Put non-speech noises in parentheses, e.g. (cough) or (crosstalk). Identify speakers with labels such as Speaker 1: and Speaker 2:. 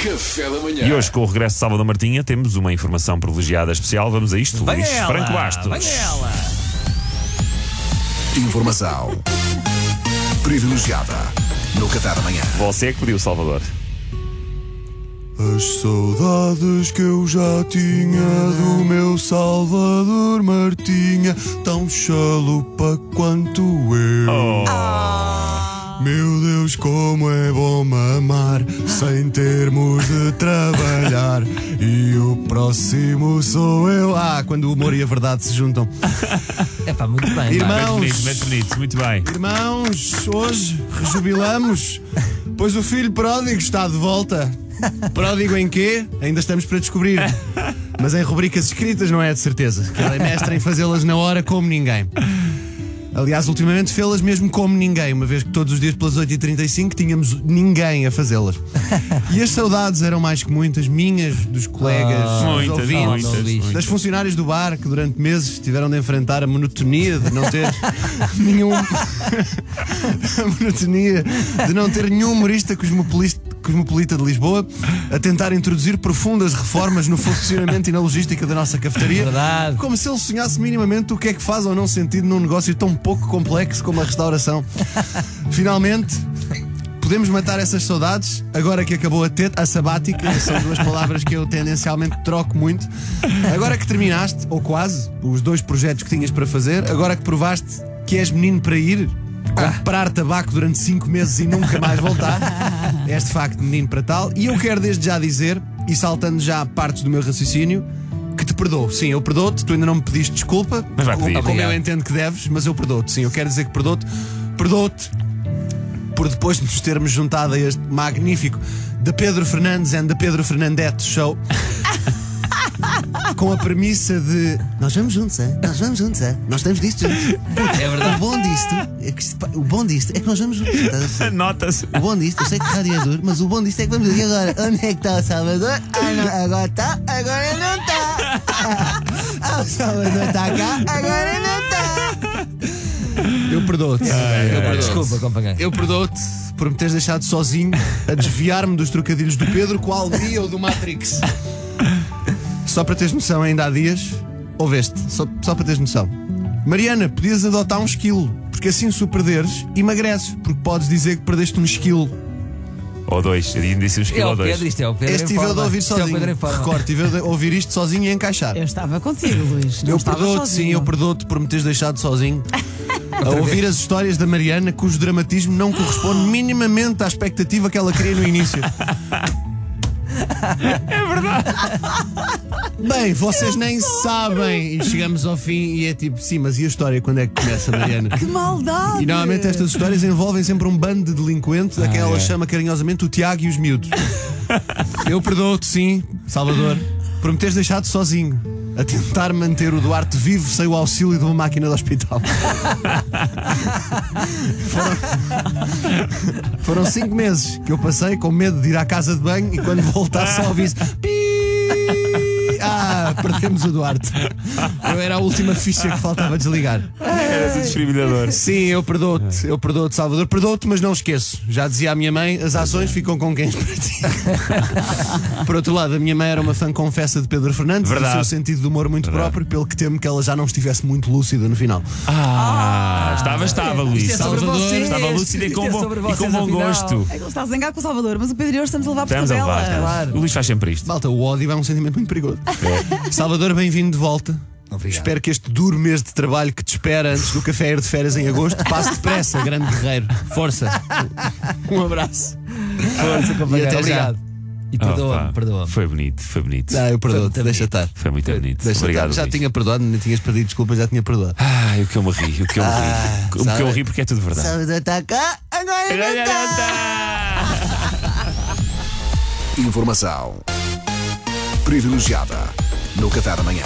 Speaker 1: Café da manhã.
Speaker 2: É.
Speaker 3: E hoje, com o regresso de Salvador Martinha, temos uma informação privilegiada especial. Vamos a isto,
Speaker 2: Venha
Speaker 3: Luís
Speaker 2: ela,
Speaker 3: Franco Bastos.
Speaker 2: venha ela.
Speaker 1: Informação privilegiada no Café da manhã.
Speaker 3: Você é que pediu Salvador.
Speaker 4: As saudades que eu já tinha do meu Salvador Martinha, tão chalupa quanto eu.
Speaker 2: Oh,
Speaker 4: Meu Deus, como é bom mamar sem termos de trabalhar. E o próximo sou eu. Ah, quando o humor e a verdade se juntam.
Speaker 2: É pá, muito bem.
Speaker 4: Irmão.
Speaker 3: Muito bonito, muito bonito, muito bem.
Speaker 2: Ah,
Speaker 4: Irmãos, hoje rejubilamos, pois o filho pródigo está de volta. Pródigo em quê? Ainda estamos para descobrir. Mas em rubricas escritas não é de certeza. Que ela é mestra em fazê-las na hora como ninguém. Aliás, ultimamente fê-las mesmo como ninguém, uma vez que todos os dias pelas 8h35 tínhamos ninguém a fazê-las. E as saudades eram mais que muitas, minhas, dos colegas, dos
Speaker 3: Ah, Muitas,
Speaker 4: ouvintes,
Speaker 3: muitas, muitas.
Speaker 4: das funcionárias do bar que durante meses tiveram de enfrentar a monotonia de não ter nenhum. (laughs) a monotonia de não ter nenhum humorista cosmopolista. Cosmopolita de Lisboa, a tentar introduzir profundas reformas no funcionamento e na logística da nossa cafetaria.
Speaker 2: Verdade.
Speaker 4: Como se ele sonhasse minimamente o que é que faz ou não sentido num negócio tão pouco complexo como a restauração. Finalmente, podemos matar essas saudades agora que acabou a teta, a sabática, são duas palavras que eu tendencialmente troco muito. Agora que terminaste, ou quase, os dois projetos que tinhas para fazer, agora que provaste que és menino para ir. Comprar tabaco durante cinco meses e nunca mais voltar. És de facto menino para tal. E eu quero desde já dizer, e saltando já partes do meu raciocínio, que te perdoo. Sim, eu perdoo-te, tu ainda não me pediste desculpa.
Speaker 3: Mas vai
Speaker 4: como,
Speaker 3: pedir.
Speaker 4: como eu
Speaker 2: Obrigado.
Speaker 4: entendo que deves, mas eu perdoo-te. Sim, eu quero dizer que perdoo-te. Perdoo-te por depois de nos termos juntado a este magnífico The Pedro Fernandes and The Pedro
Speaker 2: (laughs)
Speaker 4: Fernandete Show. Com a premissa de nós vamos juntos, é? nós vamos juntos, é? nós temos disto juntos.
Speaker 2: É
Speaker 4: O
Speaker 2: verdade.
Speaker 4: bom disto, é que, se- o bom disto é que nós vamos juntos. estás a perceber?
Speaker 3: Nota-se.
Speaker 4: O bom disto, eu sei que rádio é duro, mas o bom disto é que vamos. E agora? Onde é que está o Salvador? Ah, não, agora está, agora não está. Ah, o Salvador está cá, agora não está. Eu perdoo-te.
Speaker 2: Eu
Speaker 3: É
Speaker 2: perdoo. Desculpa, companheiro.
Speaker 4: Eu perdoo-te por me teres deixado sozinho a desviar-me dos trocadilhos do Pedro qual dia ou do Matrix. Só para teres noção, ainda há dias, ouveste, só, só para teres noção. Mariana, podias adotar um esquilo, porque assim se o perderes, emagreces, porque podes dizer que perdeste um esquilo.
Speaker 3: Ou dois, eu disse um
Speaker 2: É
Speaker 3: esquilo ou
Speaker 2: o
Speaker 3: dois.
Speaker 2: Pedro, isto é o Pedro.
Speaker 4: Este
Speaker 2: em
Speaker 4: tive eu de
Speaker 2: forma.
Speaker 4: ouvir
Speaker 2: Isto é o
Speaker 4: sozinho.
Speaker 2: Pedro em forma.
Speaker 4: Recordo, tive eu de ouvir isto sozinho e encaixar.
Speaker 5: Eu estava contigo, Luís. Não
Speaker 4: Eu
Speaker 5: estava
Speaker 4: perdoo-te, sim,
Speaker 5: sozinho.
Speaker 4: eu perdoo-te por me teres
Speaker 5: (laughs)
Speaker 4: deixado sozinho. A ouvir as histórias da Mariana, cujo dramatismo não
Speaker 5: (gasps)
Speaker 4: corresponde minimamente à expectativa que ela queria no
Speaker 5: (laughs)
Speaker 4: início. É
Speaker 5: É
Speaker 4: verdade. (laughs) Bem, vocês nem sabem. E chegamos ao fim e é tipo, sim, mas e a história quando é que começa,
Speaker 5: (laughs)
Speaker 4: Mariana?
Speaker 5: Que maldade!
Speaker 4: E normalmente estas histórias envolvem sempre um bando de delinquentes a quem ela
Speaker 2: é.
Speaker 4: chama carinhosamente o Tiago e os miúdos. (laughs) Eu perdoo-te, sim, Salvador, por me teres deixado sozinho a tentar manter o Duarte vivo sem o auxílio de uma máquina de (laughs) hospital. Foram, foram cinco meses que eu passei com medo de ir à casa de banho e quando voltasse só ouvisse. "Pi". Ah, perdemos o Duarte. Eu era a última ficha que faltava desligar.
Speaker 3: Era desfibrilhador.
Speaker 4: Sim, eu
Speaker 3: É.
Speaker 4: perdoo-te, eu perdoo-te, Salvador. Perdoo-te, mas não esqueço. Já dizia a minha mãe, as
Speaker 3: é.
Speaker 4: ações ficam com quem
Speaker 3: (laughs)
Speaker 4: as pratica. Por outro lado, a minha mãe era uma fã confessa de Pedro Fernandes, do
Speaker 3: Verdade.
Speaker 4: seu sentido de humor muito próprio, pelo que temo que ela já não estivesse muito lúcida no final.
Speaker 3: Ah, estava, estava, Luís.
Speaker 2: é sobre
Speaker 3: Salvador,
Speaker 2: vocês.
Speaker 3: estava lúcido e
Speaker 2: Isto
Speaker 3: com
Speaker 2: é
Speaker 3: bom,
Speaker 2: sobre
Speaker 3: e com
Speaker 2: vocês,
Speaker 3: bom
Speaker 2: afinal.
Speaker 3: gosto.
Speaker 5: É que ele está a zangar com o Salvador, mas o Pedro e eu estamos a levar por
Speaker 3: Estamos a levar.
Speaker 5: tabela.
Speaker 3: estamos. O Luís faz sempre isto.
Speaker 4: Malta, o ódio é um sentimento muito perigoso.
Speaker 3: É.
Speaker 4: Salvador, bem-vindo de volta. Espero que este duro mês de trabalho que te espera antes do café ir de férias em agosto passe depressa, grande guerreiro. Força. Um abraço.
Speaker 2: Força, companheiro.
Speaker 4: E até já.
Speaker 2: Obrigado. E
Speaker 3: Opa,
Speaker 2: perdoa-me, perdoa-me.
Speaker 3: Ah, Foi bonito, foi bonito.
Speaker 4: Ah, eu perdoo-te, deixa estar.
Speaker 3: Foi muito bonito.
Speaker 4: Deixa
Speaker 3: Obrigado,
Speaker 4: estar. Já
Speaker 3: Luís.
Speaker 4: tinha perdoado, não tinhas perdido desculpa, já tinha perdoado.
Speaker 3: Ai, o que eu me ri, o que eu me
Speaker 4: Ah,
Speaker 3: ri. O que eu
Speaker 4: sabe?
Speaker 3: ri porque é tudo verdade.
Speaker 4: Salvador está cá, agora não está.
Speaker 1: Informação privilegiada no Café da manhã.